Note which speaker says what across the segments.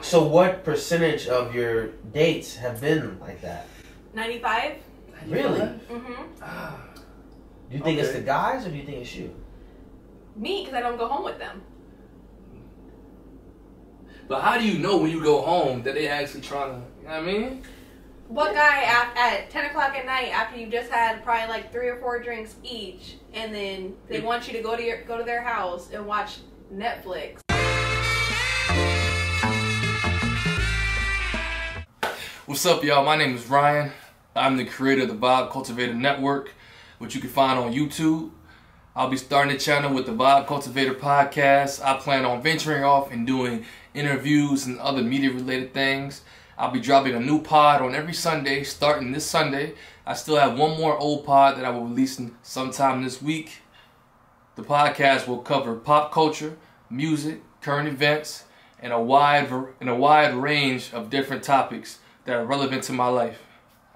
Speaker 1: So what percentage of your dates have been like that?
Speaker 2: 95?
Speaker 1: Really?
Speaker 2: Mm-hmm.
Speaker 1: Do you think it's
Speaker 3: Okay.
Speaker 1: the guys or do you think it's you?
Speaker 2: Me, because I don't go home with them.
Speaker 3: But how do you know when you go home that they actually trying to? You know what I mean,
Speaker 2: What guy at, at 10 o'clock at night after you just had probably like three or four drinks each, and then they
Speaker 3: Yeah.
Speaker 2: want you to go to your go to their house and watch Netflix?
Speaker 3: what's up, y'all? My name is Ryan. I'm the creator of the Vibe Cultivator Network, which you can find on YouTube. I'll be starting a channel with the Vibe Cultivator podcast. I plan on venturing off and doing interviews and other media related things. I'll be dropping a new pod on every Sunday, starting this Sunday. I still have one more old pod that I will release in- sometime this week. The podcast will cover pop culture, music, current events, and a wide ver- and a wide range of different topics that are relevant to my life.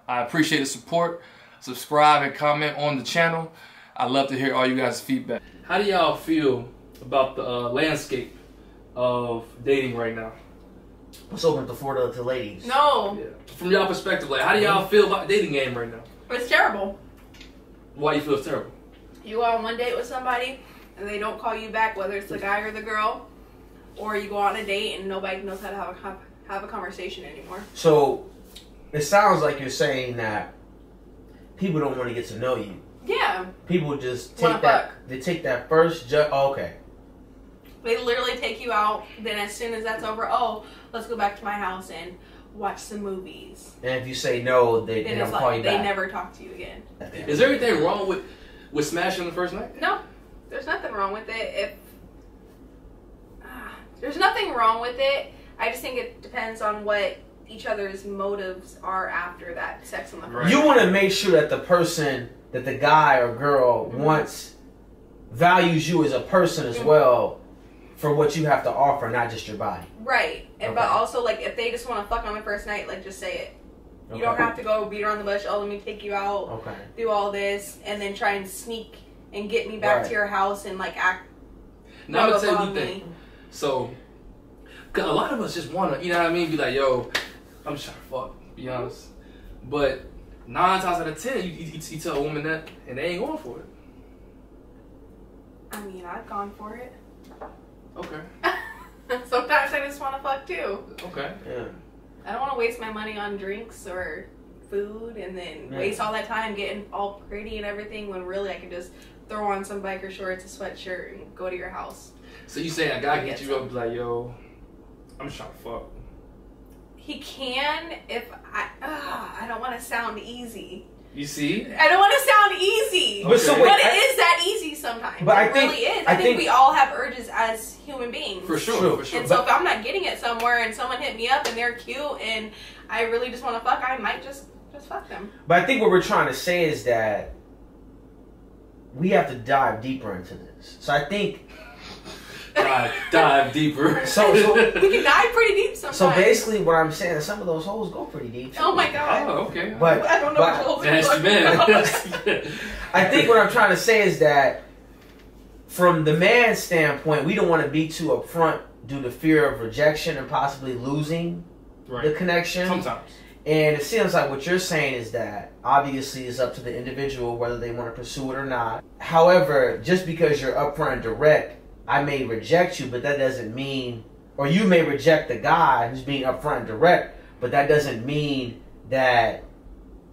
Speaker 3: I appreciate the support. Subscribe and comment on the channel. I love to hear all you guys' feedback. How do y'all feel about the uh, landscape of dating right now?
Speaker 1: Let's open up the floor to, to ladies.
Speaker 2: No,
Speaker 3: From y'all perspective, like how do y'all feel about the dating game right now?
Speaker 2: it's terrible.
Speaker 3: Why do you feel it's terrible?
Speaker 2: You go on one date with somebody and they don't call you back, whether it's the guy or the girl, or you go on a date and nobody knows how to have a, have, have a conversation anymore.
Speaker 1: So it sounds like you're saying that people don't want to get to know you.
Speaker 2: Yeah,
Speaker 1: People just
Speaker 2: Wanna
Speaker 1: take that. They take that first. Ju- oh, okay.
Speaker 2: they literally take you out. Then as soon as that's over, oh, let's go back to my house and watch some movies.
Speaker 1: And if you say no, they, they
Speaker 2: And
Speaker 1: don't
Speaker 2: it's
Speaker 1: call you
Speaker 2: like they
Speaker 1: back.
Speaker 2: never talk to you again.
Speaker 3: Is there anything wrong with with smashing on the first night?
Speaker 2: No, there's nothing wrong with it. If Ah, there's nothing wrong with it, I just think it depends on what each other's motives are after that sex on the first.
Speaker 3: Right.
Speaker 1: You want to make sure that the person, that the guy or girl
Speaker 2: Mhm.
Speaker 1: wants, values you as a person as
Speaker 2: Mhm.
Speaker 1: well, for what you have to offer, not just your body.
Speaker 2: Right, and but
Speaker 1: Okay.
Speaker 2: also like if they just want to fuck on the first night, like just say it. You don't have to go beat around the bush. Oh, let me take you out,
Speaker 1: Okay.
Speaker 2: do all this, and then try and sneak and get me back
Speaker 1: Right.
Speaker 2: to your house and like act.
Speaker 3: Now I'm
Speaker 2: rub
Speaker 3: gonna tell
Speaker 2: up
Speaker 3: you
Speaker 2: on
Speaker 3: one thing. So, 'cause a lot of us just wanna, you know what I mean? Be like, yo, I'm just trying to fuck, be honest. But nine times out of ten, you, you, you tell a woman that, and they ain't going for it.
Speaker 2: I mean, I've gone for it.
Speaker 3: Okay,
Speaker 2: Sometimes I just want to fuck too.
Speaker 3: okay.
Speaker 1: Yeah.
Speaker 2: I don't want to waste my money on drinks or food and then
Speaker 1: Yeah.
Speaker 2: waste all that time getting all pretty and everything when really I can just throw on some biker shorts, a sweatshirt, and go to your house.
Speaker 3: So you saying a guy
Speaker 2: Yes.
Speaker 3: get you up, be like, yo, I'm just trying to fuck.
Speaker 2: He can if I. Ugh, I don't want to sound easy.
Speaker 3: You see?
Speaker 2: I don't want to sound easy.
Speaker 1: But so
Speaker 3: Okay.
Speaker 1: Oh, wait,
Speaker 2: but it is
Speaker 1: I-
Speaker 2: that easy sometimes.
Speaker 1: But
Speaker 2: it
Speaker 1: I think-
Speaker 2: really is.
Speaker 1: I
Speaker 2: I, think,
Speaker 1: think-
Speaker 2: we all have urges as human beings.
Speaker 3: For sure,
Speaker 1: True.
Speaker 3: for sure.
Speaker 2: And so if I'm not getting it somewhere and someone hit me up and they're cute and I really just want to fuck, I might just just fuck them.
Speaker 1: But I think what we're trying to say is that we have to dive deeper into this. So I think Uh,
Speaker 3: dive, dive deeper.
Speaker 1: So- so-
Speaker 2: We can dive pretty deep sometimes.
Speaker 1: so. Basically, what I'm saying is some of those holes go pretty deep.
Speaker 2: Oh
Speaker 1: too.
Speaker 2: my god.
Speaker 3: Oh, okay.
Speaker 1: But
Speaker 2: I don't know
Speaker 1: but-
Speaker 2: what you're
Speaker 3: That's
Speaker 2: talking
Speaker 3: man.
Speaker 2: about.
Speaker 3: That's-
Speaker 1: I think what I'm trying to say is that from the man's standpoint, we don't want to be too upfront due to fear of rejection and possibly losing the
Speaker 3: Right.
Speaker 1: connection.
Speaker 3: Sometimes.
Speaker 1: And it seems like what you're saying is that obviously it's up to the individual whether they want to pursue it or not. However, just because you're upfront and direct, I may reject you, but that doesn't mean, or you may reject the guy who's being upfront and direct, but that doesn't mean that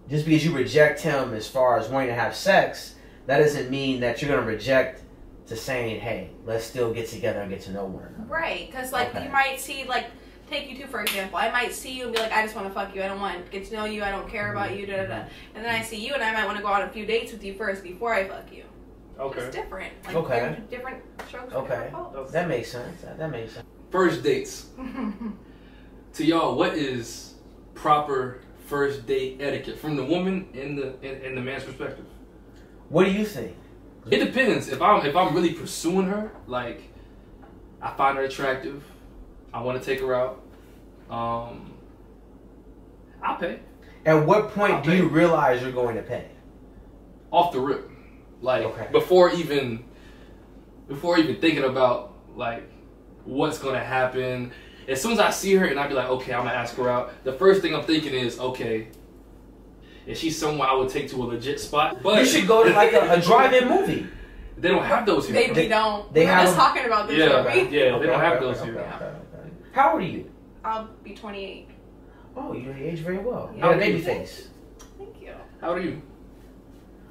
Speaker 1: just because you reject him as far as wanting to have sex, that doesn't mean that you're going to reject to saying, hey, let's still get together and get to know one another.
Speaker 2: Right, because like
Speaker 1: Okay.
Speaker 2: you might see like take you two for example. I might see you and be like, I just want to fuck you. I don't want to get to know you. I don't care about you. Da da da. And then I see you and I might want to go on a few dates with you first before I fuck you. It's
Speaker 3: Okay.
Speaker 2: different. Like,
Speaker 1: Okay.
Speaker 2: they're Different strokes. for
Speaker 1: Okay.
Speaker 2: different folks.
Speaker 1: That makes sense. That, that makes sense.
Speaker 3: First dates. Oh. to y'all, what is proper first date etiquette from the woman and the and, and the man's perspective?
Speaker 1: What do you think?
Speaker 3: It depends. If I'm if I'm really pursuing her, like I find her attractive, I want to take her out. Um, I pay
Speaker 1: At what point
Speaker 3: I'll
Speaker 1: do
Speaker 3: pay.
Speaker 1: you realize you're going to pay?
Speaker 3: off the rip, like
Speaker 1: Okay.
Speaker 3: before even before even thinking about like what's gonna happen. As soon as I see her and I be like, okay, I'm gonna ask her out. The first thing I'm thinking is, okay, is she someone I would take to a legit spot? But
Speaker 1: you should go to like a, a drive-in movie.
Speaker 3: They don't have those here.
Speaker 2: They, we don't.
Speaker 1: They
Speaker 2: We're
Speaker 1: have
Speaker 2: just
Speaker 1: them-
Speaker 2: talking about this,
Speaker 3: Yeah,
Speaker 2: are
Speaker 1: Okay.
Speaker 3: yeah, they don't
Speaker 1: Okay,
Speaker 3: have
Speaker 1: okay,
Speaker 3: those
Speaker 1: okay,
Speaker 3: here.
Speaker 1: okay, okay. How old are you?
Speaker 2: I'll be 28.
Speaker 1: Oh, you age very well.
Speaker 2: Yeah.
Speaker 1: You're a baby face.
Speaker 2: Thank you.
Speaker 3: How are you?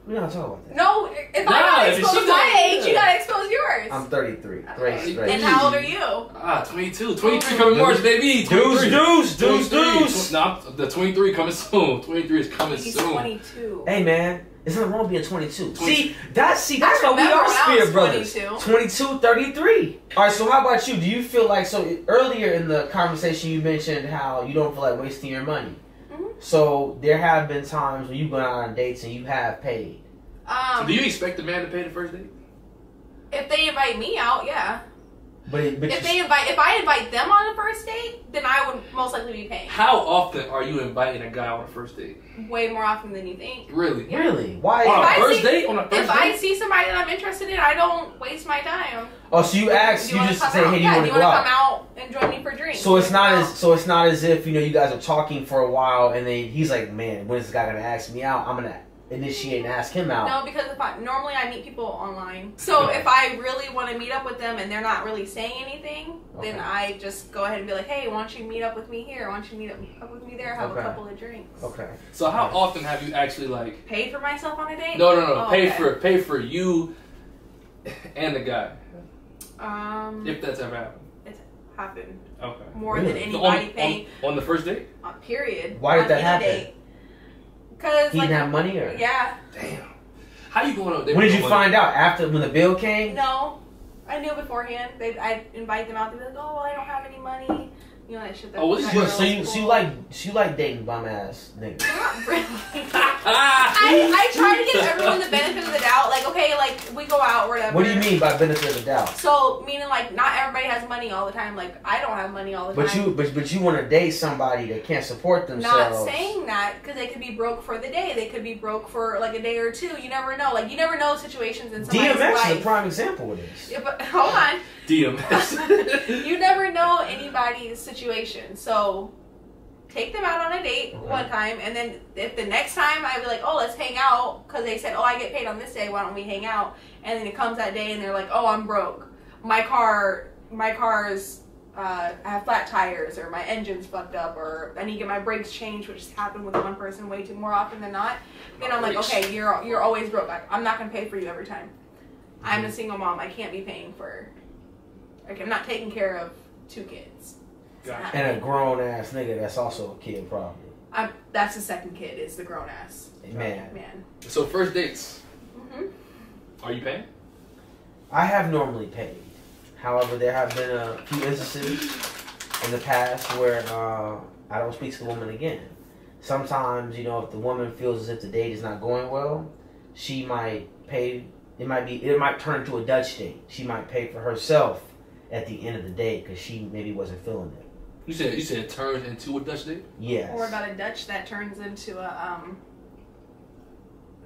Speaker 1: We don't talk about that.
Speaker 2: No, if
Speaker 3: Nah,
Speaker 2: I gotta
Speaker 3: if she
Speaker 2: expose
Speaker 3: got-
Speaker 2: my age, you
Speaker 3: yeah.
Speaker 2: gotta expose yours.
Speaker 1: I'm 33.
Speaker 2: Okay.
Speaker 1: Grace,
Speaker 2: And
Speaker 1: Grace.
Speaker 2: how old are you?
Speaker 3: Ah, 22. 23 coming March, baby.
Speaker 1: Oh. Deuce,
Speaker 3: 23.
Speaker 1: deuce, deuce,
Speaker 3: 23.
Speaker 1: deuce.
Speaker 3: No, I'm- the 23 coming soon. 23 is coming
Speaker 2: He's
Speaker 3: soon.
Speaker 2: 22.
Speaker 1: Hey man, it's not wrong being 22.
Speaker 3: Twenty-
Speaker 1: See, that's see, that's why we
Speaker 2: remember
Speaker 1: are
Speaker 2: when I
Speaker 1: spirit
Speaker 2: was
Speaker 1: brothers.
Speaker 2: 22.
Speaker 1: 22, 33. All right, so how about you? Do you feel like so earlier in the conversation you mentioned how you don't feel like wasting your money?
Speaker 2: Mhm.
Speaker 1: So there have been times when you've gone out on dates and you have paid.
Speaker 2: Um,
Speaker 3: So do you expect the man to pay the first date?
Speaker 2: if they invite me out, yeah.
Speaker 1: But, it- but
Speaker 2: If
Speaker 1: you-
Speaker 2: they invite, if I invite them on the first date, then I would most likely be paying.
Speaker 3: How often are you inviting a guy on a first date?
Speaker 2: Way more often than you think.
Speaker 3: Really?
Speaker 1: really? Why?
Speaker 3: On
Speaker 2: I
Speaker 3: a first
Speaker 2: see-
Speaker 3: date? On a first
Speaker 2: If
Speaker 3: date?
Speaker 2: I see somebody that I'm interested in, I don't waste my time.
Speaker 1: oh, so you asked,
Speaker 2: Do
Speaker 1: you,
Speaker 2: wanna
Speaker 1: just
Speaker 2: come
Speaker 1: say,
Speaker 2: out?
Speaker 1: hey, do you
Speaker 2: yeah,
Speaker 1: want to go out?
Speaker 2: come out and join me for drinks?
Speaker 1: So it's not
Speaker 2: No.
Speaker 1: as so it's not as if you know you guys are talking for a while and then he's like, man, when is this guy gonna ask me out? I'm gonna initiate and ask him out.
Speaker 2: No, because if I normally I meet people online. So if I really want to meet up with them and they're not really saying anything,
Speaker 1: Okay.
Speaker 2: then I just go ahead and be like, "Hey, why don't you meet up with me here? Why don't you meet up- up with me there? Have
Speaker 1: Okay.
Speaker 2: a couple of drinks."
Speaker 1: Okay.
Speaker 3: So how often have you actually like
Speaker 2: Pay for myself on a date?
Speaker 3: no no no
Speaker 2: Oh,
Speaker 3: pay
Speaker 2: okay.
Speaker 3: for pay for you and the guy
Speaker 2: um
Speaker 3: if that's ever happened?
Speaker 2: happened
Speaker 3: Okay.
Speaker 2: more
Speaker 1: Really?
Speaker 2: than
Speaker 1: The
Speaker 3: So on,
Speaker 2: anybody paying.
Speaker 3: on, on the first date?
Speaker 2: uh, period.
Speaker 1: Why did
Speaker 2: on
Speaker 1: that
Speaker 2: any
Speaker 1: happen?
Speaker 2: date. Cause
Speaker 1: He
Speaker 2: like
Speaker 1: didn't have money or
Speaker 2: yeah,
Speaker 3: Damn. How you going on? a date
Speaker 1: when did
Speaker 3: with
Speaker 1: you
Speaker 3: someone-
Speaker 1: find out? After when the bill came?
Speaker 2: no, I knew beforehand. They I'd invite them out. They'd be like, "Oh, well, I don't have any money." You know that shit. That
Speaker 3: Oh, well, this is
Speaker 1: What,
Speaker 2: that
Speaker 1: so you
Speaker 2: girl's
Speaker 1: so you
Speaker 2: cool.
Speaker 1: like so you like dating bum ass niggas.
Speaker 2: Not really. I,
Speaker 3: I,
Speaker 2: I try to give everyone the benefit of the doubt. Like, okay, like we go out, whatever.
Speaker 1: What do you mean by benefit of the doubt?
Speaker 2: So meaning like not everybody has money all the time. Like I don't have money all the
Speaker 1: But
Speaker 2: time.
Speaker 1: you but but you want to date somebody that can't support
Speaker 2: not
Speaker 1: themselves.
Speaker 2: saying that because they could be broke for the day. They could be broke for like a day or two. You never know. Like you never know situations in somebody's
Speaker 1: DMX is a
Speaker 2: life.
Speaker 1: prime example of this.
Speaker 2: Yeah, but hold on,
Speaker 3: DMS.
Speaker 2: you never know anybody's situation. So take them out on a date
Speaker 1: Okay.
Speaker 2: one time, and then if the next time I'd be like, oh, let's hang out because they said, oh, I get paid on this day. Why don't we hang out? And then it comes that day, and they're like, oh, I'm broke. My car, my car's. Uh, I have flat tires, or my engine's fucked up, or I need to get my brakes changed, which has happened with one person way too more often than not. Then I'm like,
Speaker 3: Brakes.
Speaker 2: okay, you're you're always broke. Like, I'm not gonna pay for you every time. I'm a single mom. I can't be paying for. Like, I'm not taking care of two kids.
Speaker 3: Gotcha.
Speaker 1: And a grown ass nigga that's also a kid probably.
Speaker 2: I'm, that's the second kid is the grown ass
Speaker 1: Man,
Speaker 2: man.
Speaker 3: So first dates,
Speaker 2: hmm
Speaker 3: are you paying?
Speaker 1: I have normally paid. However, there have been a few instances in the past where uh, I don't speak to the woman again. Sometimes, you know, if the woman feels as if the date is not going well, she might pay. It might be. It might turn into a Dutch date. She might pay for herself at the end of the day because she maybe wasn't feeling it.
Speaker 3: You said you said turns into a Dutch date.
Speaker 1: Yes.
Speaker 2: Or about a Dutch that turns into a um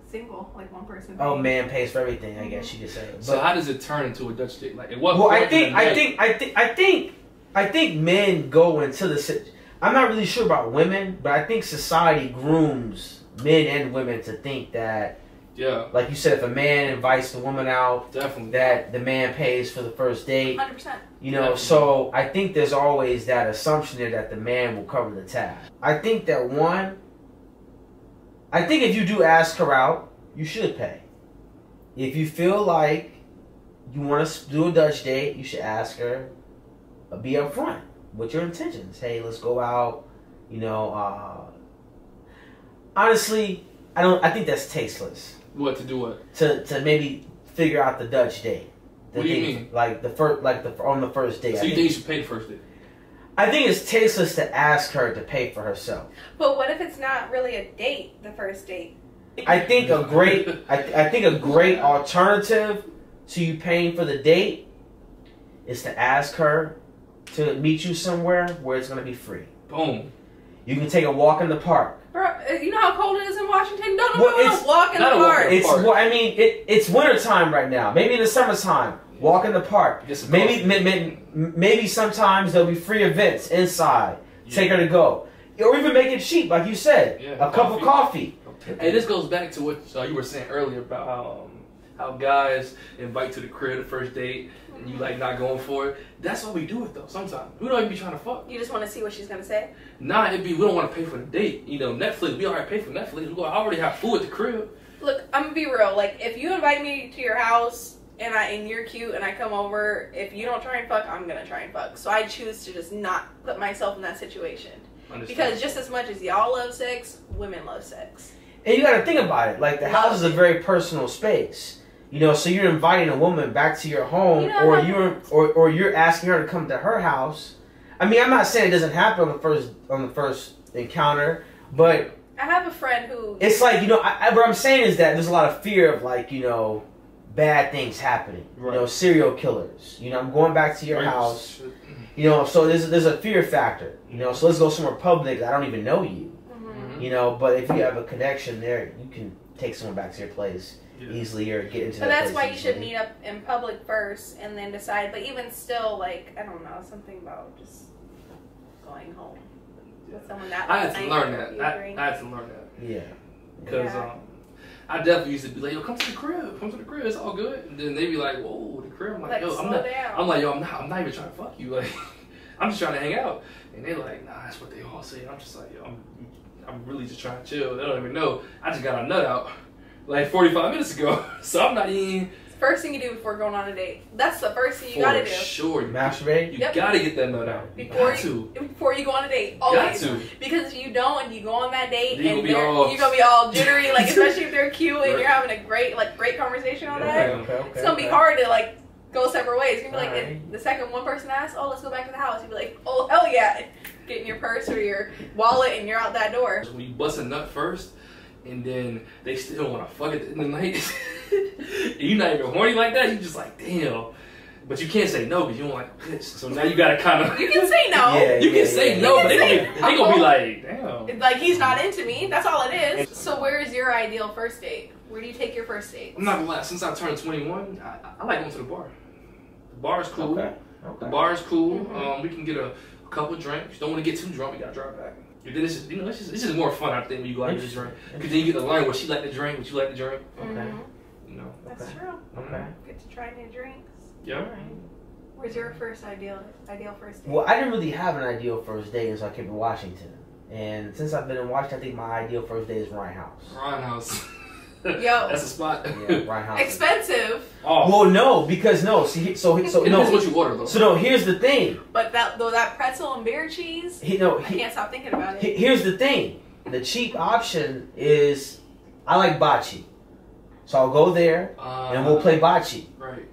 Speaker 2: single, like one person.
Speaker 1: oh, man pays for everything. I
Speaker 2: Mm-hmm.
Speaker 1: guess she could say. But
Speaker 3: So how does it turn into a Dutch date? Like at what
Speaker 1: Well, I
Speaker 3: point in
Speaker 1: think
Speaker 3: the
Speaker 1: I
Speaker 3: night-
Speaker 1: think I think I think I think men go into the. sit- I'm not really sure about women, but I think society grooms men and women to think that,
Speaker 3: yeah
Speaker 1: like you said, if a man invites the woman out,
Speaker 3: definitely
Speaker 1: that the man pays for the first date.
Speaker 2: Hundred percent.
Speaker 1: You know, so I think there's always that assumption there that the man will cover the tab. I think that one, I think if you do ask her out, you should pay. If you feel like you want to do a Dutch date, you should ask her, uh, be upfront with your intentions. Hey, let's go out. You know, uh, honestly, I don't. I think that's tasteless
Speaker 3: what to do what.
Speaker 1: to to maybe figure out the Dutch date. The
Speaker 3: What do you
Speaker 1: date-
Speaker 3: mean?
Speaker 1: Like the first, like the on the first date.
Speaker 3: So
Speaker 1: I
Speaker 3: you
Speaker 1: think,
Speaker 3: think you should pay the first date?
Speaker 1: I think it's tasteless to ask her to pay for herself.
Speaker 2: But what if it's not really a date, the first date?
Speaker 1: I think a great, I, I think a great alternative to you paying for the date is to ask her to meet you somewhere where it's gonna be free.
Speaker 3: Boom.
Speaker 1: You can take a walk in the park.
Speaker 2: Bro, uh, you know how cold it is in Washington. Don't
Speaker 1: Well,
Speaker 2: nobody want
Speaker 1: it's-
Speaker 2: to walk in the
Speaker 3: not a walk-
Speaker 2: park.
Speaker 1: It's
Speaker 3: Park.
Speaker 1: well, I mean, it, it's wintertime right now. Maybe in the summertime, Walk in the park.
Speaker 3: Yes, of
Speaker 1: maybe
Speaker 3: course.
Speaker 1: may- may- maybe sometimes there'll be free events inside.
Speaker 3: Yeah.
Speaker 1: Take her to go, or even make it cheap, like you said,
Speaker 3: Yeah,
Speaker 1: a cup of coffee.
Speaker 3: Hey, this goes back to what uh, you were saying earlier about how, um, how guys invite to the crib the first date and you like not going for it. That's what we do it though. Sometimes we don't even be trying to fuck.
Speaker 2: You just want to see what she's gonna say.
Speaker 3: Nah, it be we don't want to pay for the date. You know, Netflix. We already pay for Netflix. We already have food at the crib.
Speaker 2: Look, I'm gonna be real. Like, if you invite me to your house and I and you're cute and I come over, if you don't try and fuck, I'm gonna try and fuck. So I choose to just not put myself in that situation because just as much as y'all love sex, women love sex.
Speaker 1: And you got to think about it. Like the house is a very personal space. You know, so you're inviting a woman back to your home,
Speaker 2: You know,
Speaker 1: or
Speaker 2: like-
Speaker 1: you're or, or you're asking her to come to her house. I mean, I'm not saying it doesn't happen on the first on the first encounter, but
Speaker 2: I have a friend who
Speaker 1: it's like you know I, I, what i'm saying is that there's a lot of fear of like you know bad things happening
Speaker 3: Right.
Speaker 1: you know serial killers you know i'm going back to your
Speaker 3: Right.
Speaker 1: house you know so there's, there's a fear factor you know so let's go somewhere public i don't even know you
Speaker 2: Mhm.
Speaker 3: Mhm.
Speaker 1: you know but if you have a connection there you can take someone back to your place
Speaker 3: Yeah.
Speaker 1: easily or get into
Speaker 2: But
Speaker 1: that
Speaker 2: that's
Speaker 1: place
Speaker 2: why you should
Speaker 1: easily.
Speaker 2: meet up in public first and then decide. But even still, like, I don't know, something about just going home with someone that
Speaker 3: I had to
Speaker 2: night
Speaker 3: learn
Speaker 2: or
Speaker 3: that.
Speaker 2: you
Speaker 3: I,
Speaker 2: drink.
Speaker 3: I had to learn that
Speaker 1: yeah
Speaker 3: because
Speaker 2: Yeah.
Speaker 3: um, I definitely used to be like, "Yo, come to the crib. Come to the crib. It's all good." And then they be like, "Whoa, the crib." I'm like,
Speaker 2: Like,
Speaker 3: "Yo,
Speaker 2: slow
Speaker 3: I'm not."
Speaker 2: down.
Speaker 3: I'm like, yo, I'm not, I'm not even trying to fuck you. Like, I'm just trying to hang out. And they're like, nah, that's what they all say. And I'm just like, yo, I'm, I'm really just trying to chill. They don't even know. I just got a nut out like 45 minutes ago. So I'm not even.
Speaker 2: first thing you do before going on a date. That's the first thing you
Speaker 3: for
Speaker 2: gotta do
Speaker 3: Sure. You,
Speaker 1: masturbate
Speaker 3: you
Speaker 2: Yep.
Speaker 3: gotta get that nut out. You
Speaker 2: Before
Speaker 3: got to.
Speaker 2: before you go on a date.
Speaker 3: Got
Speaker 2: Always.
Speaker 3: to.
Speaker 2: Because if you don't and you go on that date
Speaker 3: You gonna
Speaker 2: and
Speaker 3: be
Speaker 2: they're-
Speaker 3: all-
Speaker 2: you're gonna be all jittery, like especially if they're cute and
Speaker 3: Right.
Speaker 2: you're having a great like great conversation all
Speaker 3: Yeah.
Speaker 2: night. It's gonna be hard to like go separate ways. You're gonna be like
Speaker 1: Alright.
Speaker 2: the second one person asks, "Oh, let's go back to the house." You'll be like, "Oh, hell yeah!" Get in your purse or your wallet and you're out that door.
Speaker 3: When you bust a nut first, and then they still want to fuck it in the night. and you're not even horny like that. You're just like, damn. But you can't say no because you don't like the bitch. So now you gotta kind of.
Speaker 2: You can say no.
Speaker 1: Yeah.
Speaker 3: You can say no, but they
Speaker 2: You
Speaker 3: gonna,
Speaker 2: can
Speaker 3: be,
Speaker 2: say
Speaker 3: they gonna be
Speaker 2: no.
Speaker 3: like, damn.
Speaker 2: It's Like he's not into me. That's all it is. So where is your ideal first date? Where do you take your first date?
Speaker 3: I'm not gonna lie. Since I turned 21, I, I like going to the bar. The bar is cool.
Speaker 1: okay
Speaker 3: The
Speaker 1: okay
Speaker 3: bar is cool.
Speaker 2: Mhm.
Speaker 3: Um, we can get a, a couple drinks. Don't want to get too drunk. We gotta drive back. And then it's just, you know, it's just, it's just more fun. I think when you go out and just drink, because then you get to learn what she like to drink, what you like to drink.
Speaker 1: okay
Speaker 2: Mhm.
Speaker 3: You know.
Speaker 2: That's
Speaker 1: Okay.
Speaker 2: true.
Speaker 1: okay
Speaker 2: Get to try new drinks.
Speaker 3: Yeah.
Speaker 2: Where's your first ideal ideal first date?
Speaker 1: Well, I didn't really have an ideal first date until I came to Washington. And since I've been in Washington, I think my ideal first date is Ryan House.
Speaker 3: Ryan House.
Speaker 2: Yo.
Speaker 3: That's a spot.
Speaker 1: Yeah, Ryan House.
Speaker 2: Expensive,
Speaker 3: oh.
Speaker 1: well, no, because no, see, so so
Speaker 3: it depends
Speaker 1: no,
Speaker 3: what you order though.
Speaker 1: so no. Here's the thing.
Speaker 2: but that though that pretzel and beer cheese,
Speaker 1: He, no,
Speaker 2: I
Speaker 1: he,
Speaker 2: can't stop thinking about it.
Speaker 1: he- here's the thing. The cheap option is I like bocce, so I'll go there
Speaker 3: uh,
Speaker 1: and we'll play bocce.
Speaker 3: Right.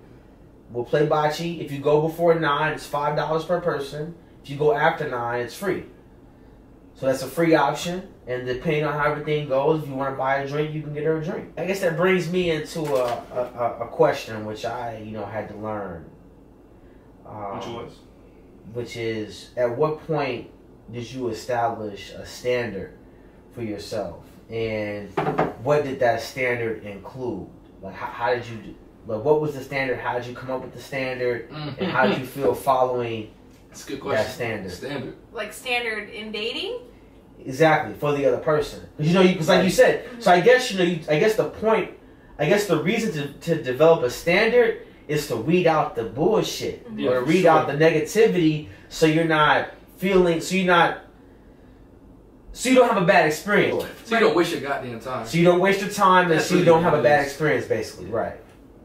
Speaker 1: We'll play bocce. If you go before nine, it's five dollars per person. If you go after nine, it's free. So that's a free option. And depending on how everything goes, if you want to buy a drink, you can get her a drink. I guess that brings me into a, a, a- a question which I, you know, had to learn. Um,
Speaker 3: Which was.
Speaker 1: Which is, at what point did you establish a standard for yourself, and what did that standard include? Like, how, how did you do? Like, what was the standard? How did you come up with the standard? And how did you feel following
Speaker 3: That's a good
Speaker 1: that
Speaker 3: question.
Speaker 1: standard?
Speaker 3: Standard.
Speaker 2: Like standard in dating,
Speaker 1: Exactly for the other person, 'Cause you know, because like you said, so I
Speaker 2: Mm-hmm.
Speaker 1: guess you know, you, I guess the point, I guess the reason to, to develop a standard is to weed out the bullshit
Speaker 2: Mm-hmm.
Speaker 3: Yeah,
Speaker 1: or
Speaker 3: for
Speaker 1: read
Speaker 3: sure.
Speaker 1: out the negativity, so you're not feeling, so you're not, so you don't have a bad experience,
Speaker 3: So you don't waste your goddamn time.
Speaker 1: so you don't waste your time, and
Speaker 3: That's
Speaker 1: so you
Speaker 3: really
Speaker 1: don't have a
Speaker 3: what it
Speaker 1: bad
Speaker 3: is.
Speaker 1: experience, basically, right?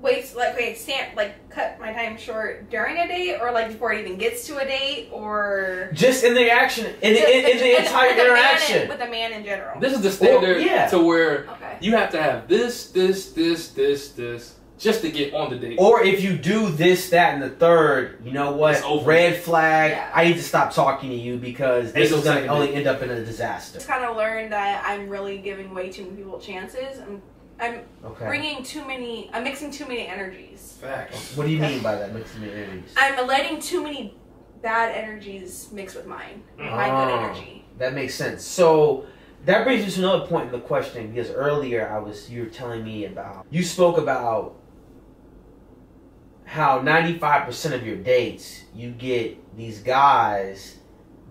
Speaker 2: wait, like wait, stand like cut my time short during a date, or like before it even gets to a date, or
Speaker 1: Just in the action, in the, in, in the
Speaker 2: With-
Speaker 1: entire
Speaker 2: with a man in-
Speaker 1: interaction.
Speaker 2: with a man in general.
Speaker 3: This is the standard
Speaker 1: yeah.
Speaker 3: to where
Speaker 2: Okay.
Speaker 3: you have to have this, this, this, this, this, just to get on the date.
Speaker 1: Or if you do this, that, and the third, you know what?
Speaker 3: It's over.
Speaker 1: Red flag.
Speaker 2: Yeah.
Speaker 1: I need to stop talking to you because this
Speaker 3: Ain't no
Speaker 1: is going to
Speaker 3: second
Speaker 1: only end up in a disaster.
Speaker 2: Just kind of learned that I'm really giving way too many people chances. I'm I'm
Speaker 1: Okay.
Speaker 2: bringing too many. I'm mixing too many energies.
Speaker 3: Facts.
Speaker 1: What do you mean by that? Mixing the energies.
Speaker 2: I'm letting too many bad energies mix with mine. My
Speaker 1: Oh.
Speaker 2: good energy.
Speaker 1: That makes sense. So that brings me to another point in the question because earlier I was you were telling me about you spoke about how 95% of your dates you get these guys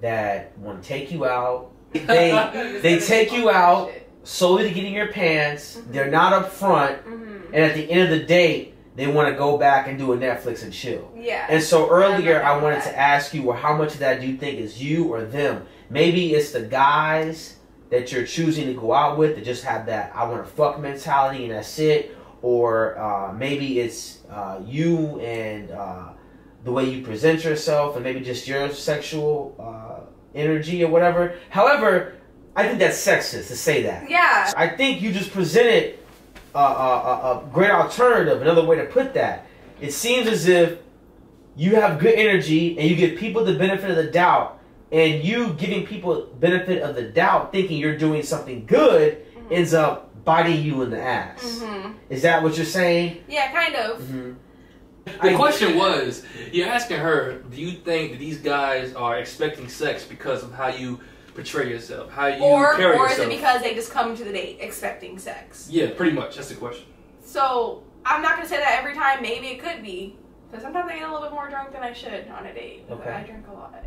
Speaker 1: that want to take you out they they take you out. solely to get in your pants they're not up front
Speaker 2: Mm-hmm.
Speaker 1: and at the end of the date they want to go back and do a netflix and chill
Speaker 2: Yeah.
Speaker 1: and so earlier
Speaker 2: I'm not
Speaker 1: i wanted
Speaker 2: that.
Speaker 1: to ask you well how much of that do you think is you or them maybe it's the guys that you're choosing to go out with that just have that i want to fuck mentality and that's it or uh, maybe it's uh, you and uh, the way you present yourself and maybe just your sexual uh, energy or whatever however i think that's sexist to say that
Speaker 2: yeah.
Speaker 1: I think you just presented a, a, a, a great alternative, another way to put that. It seems as if you have good energy and you give people the benefit of the doubt, and you giving people benefit of the doubt, thinking you're doing something good,
Speaker 2: Mhm.
Speaker 1: ends up biting you in the ass.
Speaker 2: hmm
Speaker 1: Is that what you're saying?
Speaker 2: Yeah, kind of.
Speaker 1: Mm-hmm.
Speaker 3: The question was, you're asking her, do you think that these guys are expecting sex because of how you portray yourself, how you
Speaker 2: Or
Speaker 3: carry
Speaker 2: or is it
Speaker 3: yourself?
Speaker 2: because they just come to the date expecting sex?
Speaker 3: yeah, pretty much. That's the question.
Speaker 2: So I'm not gonna say that every time. Maybe it could be. Because sometimes I get a little bit more drunk than I should on a date.
Speaker 1: Okay.
Speaker 2: I drink a lot.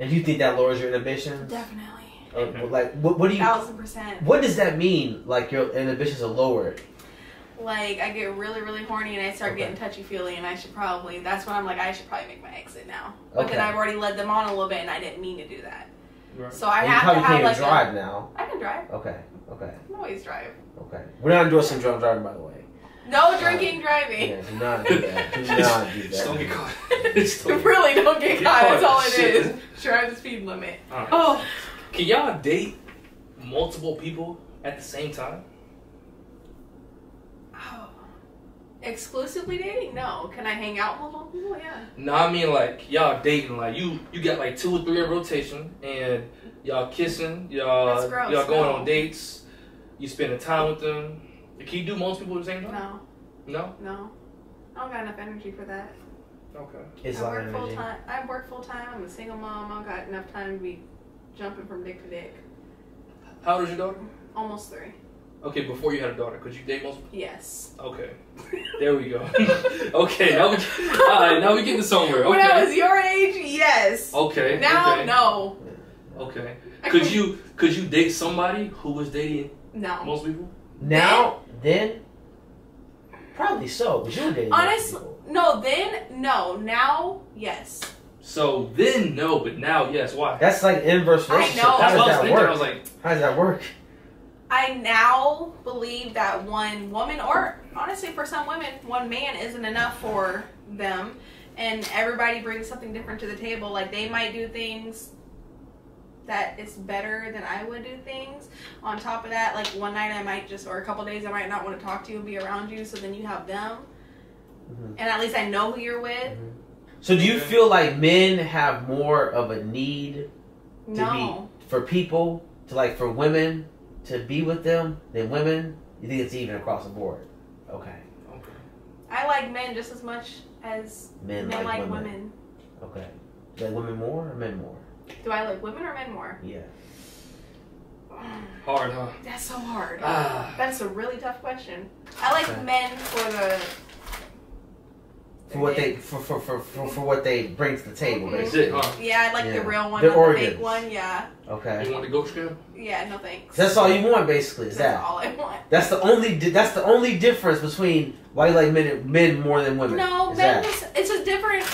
Speaker 1: And you think that lowers your inhibitions?
Speaker 2: Definitely.
Speaker 1: Uh, Like, what, what do you?
Speaker 2: Thousand percent.
Speaker 1: What does that mean? Like your inhibitions are lowered?
Speaker 2: Like I get really, really horny and I start
Speaker 1: Okay.
Speaker 2: getting touchy feely and I should probably that's when I'm like I should probably make my exit now. But
Speaker 1: Okay.
Speaker 2: then I've already led them on a little bit and I didn't mean to do that.
Speaker 3: Right.
Speaker 2: So I
Speaker 1: And you
Speaker 2: have
Speaker 1: probably
Speaker 2: to have
Speaker 1: can't
Speaker 2: like
Speaker 1: even
Speaker 2: a-
Speaker 1: drive now.
Speaker 2: I can drive.
Speaker 1: Okay. Okay.
Speaker 2: I can always drive.
Speaker 1: Okay. We're not endorsing drunk driving, by the way.
Speaker 2: No drinking driving.
Speaker 1: Yeah, do not do that. Do not do that.
Speaker 3: Just don't get caught. Just don't get-
Speaker 2: really don't get
Speaker 3: Get
Speaker 2: caught.
Speaker 3: caught.
Speaker 2: That's all it
Speaker 3: Shit.
Speaker 2: is. Drive the speed limit.
Speaker 3: Alright.
Speaker 2: Oh,
Speaker 3: Can y'all date multiple people at the same time?
Speaker 2: oh. Exclusively dating? No. Can I hang out with multiple people? Yeah.
Speaker 3: No, I mean like y'all dating, like you you got like two or three in rotation, and y'all kissing, y'all
Speaker 2: That's gross,
Speaker 3: y'all going
Speaker 2: no.
Speaker 3: on dates, you spending time with them. Can you do multiple people at the same time?
Speaker 2: No.
Speaker 3: No.
Speaker 2: No. I don't got enough energy for that.
Speaker 3: Okay.
Speaker 1: It's
Speaker 2: I
Speaker 1: Lion
Speaker 2: work full
Speaker 1: Energy.
Speaker 2: time. I work full time. I'm a single mom. I don't got enough time to be jumping from dick to dick.
Speaker 3: How old is your daughter?
Speaker 2: Almost three.
Speaker 3: Okay, before you had a daughter, could you date multiple?
Speaker 2: Yes.
Speaker 3: Okay, there we go. okay, now we all right, now we getting somewhere.
Speaker 2: When I
Speaker 3: Okay.
Speaker 2: was your age, yes.
Speaker 3: Okay.
Speaker 2: Now,
Speaker 3: okay.
Speaker 2: no.
Speaker 3: Okay. Could you could you date somebody who was dating
Speaker 2: No.
Speaker 3: most people?
Speaker 1: Now, then, probably so. But you did.
Speaker 2: Honestly, no. Then, no. Now, yes.
Speaker 3: So then no, but now yes. Why?
Speaker 1: that's like inverse
Speaker 2: I
Speaker 1: relationship.
Speaker 2: know.
Speaker 1: How
Speaker 3: That's
Speaker 1: does
Speaker 3: what I was
Speaker 1: that
Speaker 3: thinking. I was
Speaker 1: work?
Speaker 3: like,
Speaker 1: How does that work?
Speaker 2: I now believe that one woman, or honestly, for some women, one man isn't enough for them, and everybody brings something different to the table. Like they might do things that is better than I would do things. On top of that, like one night I might just, or a couple days I might not want to talk to you and be around you, so then you have them,
Speaker 1: Mhm.
Speaker 2: and at least I know who you're with.
Speaker 1: Mm-hmm. So, do you
Speaker 3: Okay.
Speaker 1: feel like men have more of a need
Speaker 2: No,
Speaker 1: for people to like for women to be with them than women? You think it's even across the board? Okay,
Speaker 3: okay.
Speaker 2: I like men just as much as
Speaker 1: men,
Speaker 2: men
Speaker 1: like,
Speaker 2: like
Speaker 1: women.
Speaker 2: women.
Speaker 1: Okay, like women more or men more?
Speaker 2: Do I like women or men more?
Speaker 1: Yeah.
Speaker 3: hard, huh?
Speaker 2: That's so hard.
Speaker 3: Ah.
Speaker 2: That's a really tough question. I like
Speaker 1: Uh, Okay.
Speaker 2: men for the
Speaker 1: for what they for for, for, for, for what they bring to the table.
Speaker 2: Mhm.
Speaker 3: That's
Speaker 1: Basically.
Speaker 3: it, huh?
Speaker 2: Yeah, I like
Speaker 1: Yeah.
Speaker 2: the real one,
Speaker 1: They're
Speaker 2: not the fake
Speaker 1: organs.
Speaker 2: one. Yeah,
Speaker 1: Okay,
Speaker 3: You want the ghost scam?
Speaker 2: yeah. No thanks.
Speaker 1: that's all you want basically. Is
Speaker 2: That's
Speaker 1: that?
Speaker 2: all I want.
Speaker 1: That's the only di- that's the only difference between why you like men men more than women.
Speaker 2: No,
Speaker 1: is
Speaker 2: men.
Speaker 1: that-
Speaker 2: Just, it's just different.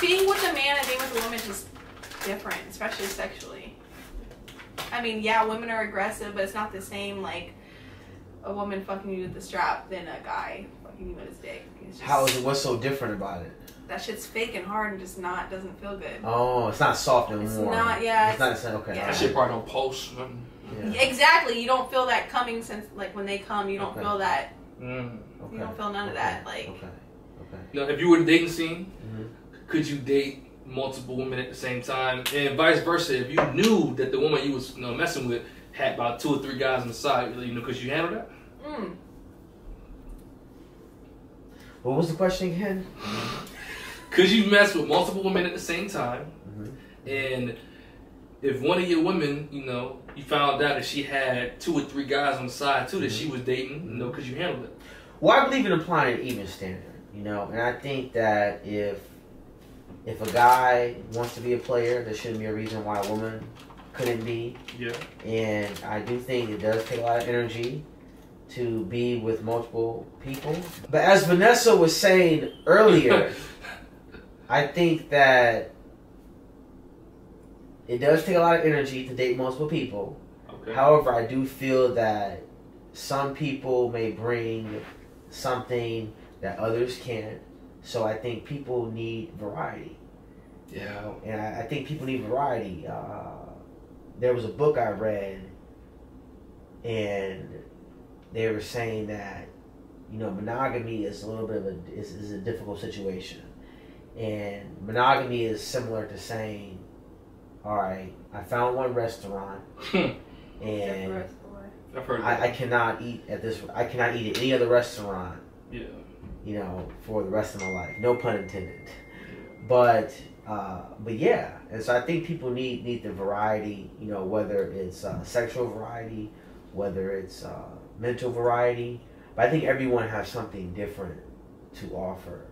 Speaker 2: Being with a man and being with a woman is just different, especially sexually. I mean, yeah, women are aggressive, but it's not the same. Like a woman fucking you with the strap than a guy fucking you with his dick. It's just,
Speaker 1: How is it? What's so different about it?
Speaker 2: that shit's fake and hard and just not doesn't feel good.
Speaker 1: Oh, it's not soft and
Speaker 2: It's
Speaker 1: warm.
Speaker 2: not- yeah,
Speaker 1: It's not. It's not okay.
Speaker 2: yeah.
Speaker 1: all
Speaker 3: That
Speaker 1: right.
Speaker 3: shit probably don't pulse. nothing.
Speaker 1: Yeah,
Speaker 2: Exactly. You don't feel that coming since like when they come, you don't
Speaker 1: Okay.
Speaker 2: feel that.
Speaker 3: Mm.
Speaker 1: Okay.
Speaker 2: You don't feel none of that. Like
Speaker 1: Okay.
Speaker 3: Now, if you were in dating scene,
Speaker 1: Mhm.
Speaker 3: could you date multiple women at the same time, and vice versa? If you knew that the woman you was you know, messing with had about two or three guys on the side, you know, could you handle that?
Speaker 2: mm.
Speaker 1: What was the question again?
Speaker 3: Could you mess with multiple women at the same time?
Speaker 1: Mhm.
Speaker 3: And if one of your women, you know, you found out that she had two or Mm-hmm. three guys on the side too that she was dating, you know, could you handle it?
Speaker 1: Well, I believe in applying an even standard. You know, and I think that if if a guy wants to be a player, there shouldn't be a reason why a woman couldn't be.
Speaker 3: Yeah.
Speaker 1: And I do think it does take a lot of energy to be with multiple people. But as Vanessa was saying earlier, I think that it does take a lot of energy to date multiple people.
Speaker 3: Okay.
Speaker 1: However, I do feel that some people may bring something that others can't. So I think people need variety.
Speaker 3: yeah.
Speaker 1: And I, I think people need variety. Uh, there was a book I read, and they were saying that you know monogamy is a little bit of a is, is a difficult situation, and monogamy is similar to saying, "All right, I found one restaurant, and
Speaker 3: I've heard of
Speaker 1: I, I
Speaker 3: that.
Speaker 1: cannot eat at this. I cannot eat at any other restaurant."
Speaker 3: yeah.
Speaker 1: you know, for the rest of my life. No pun intended. But uh, but yeah, and so I think people need need the variety. You know, whether it's uh, sexual variety, whether it's uh, mental variety. But I think everyone has something different to offer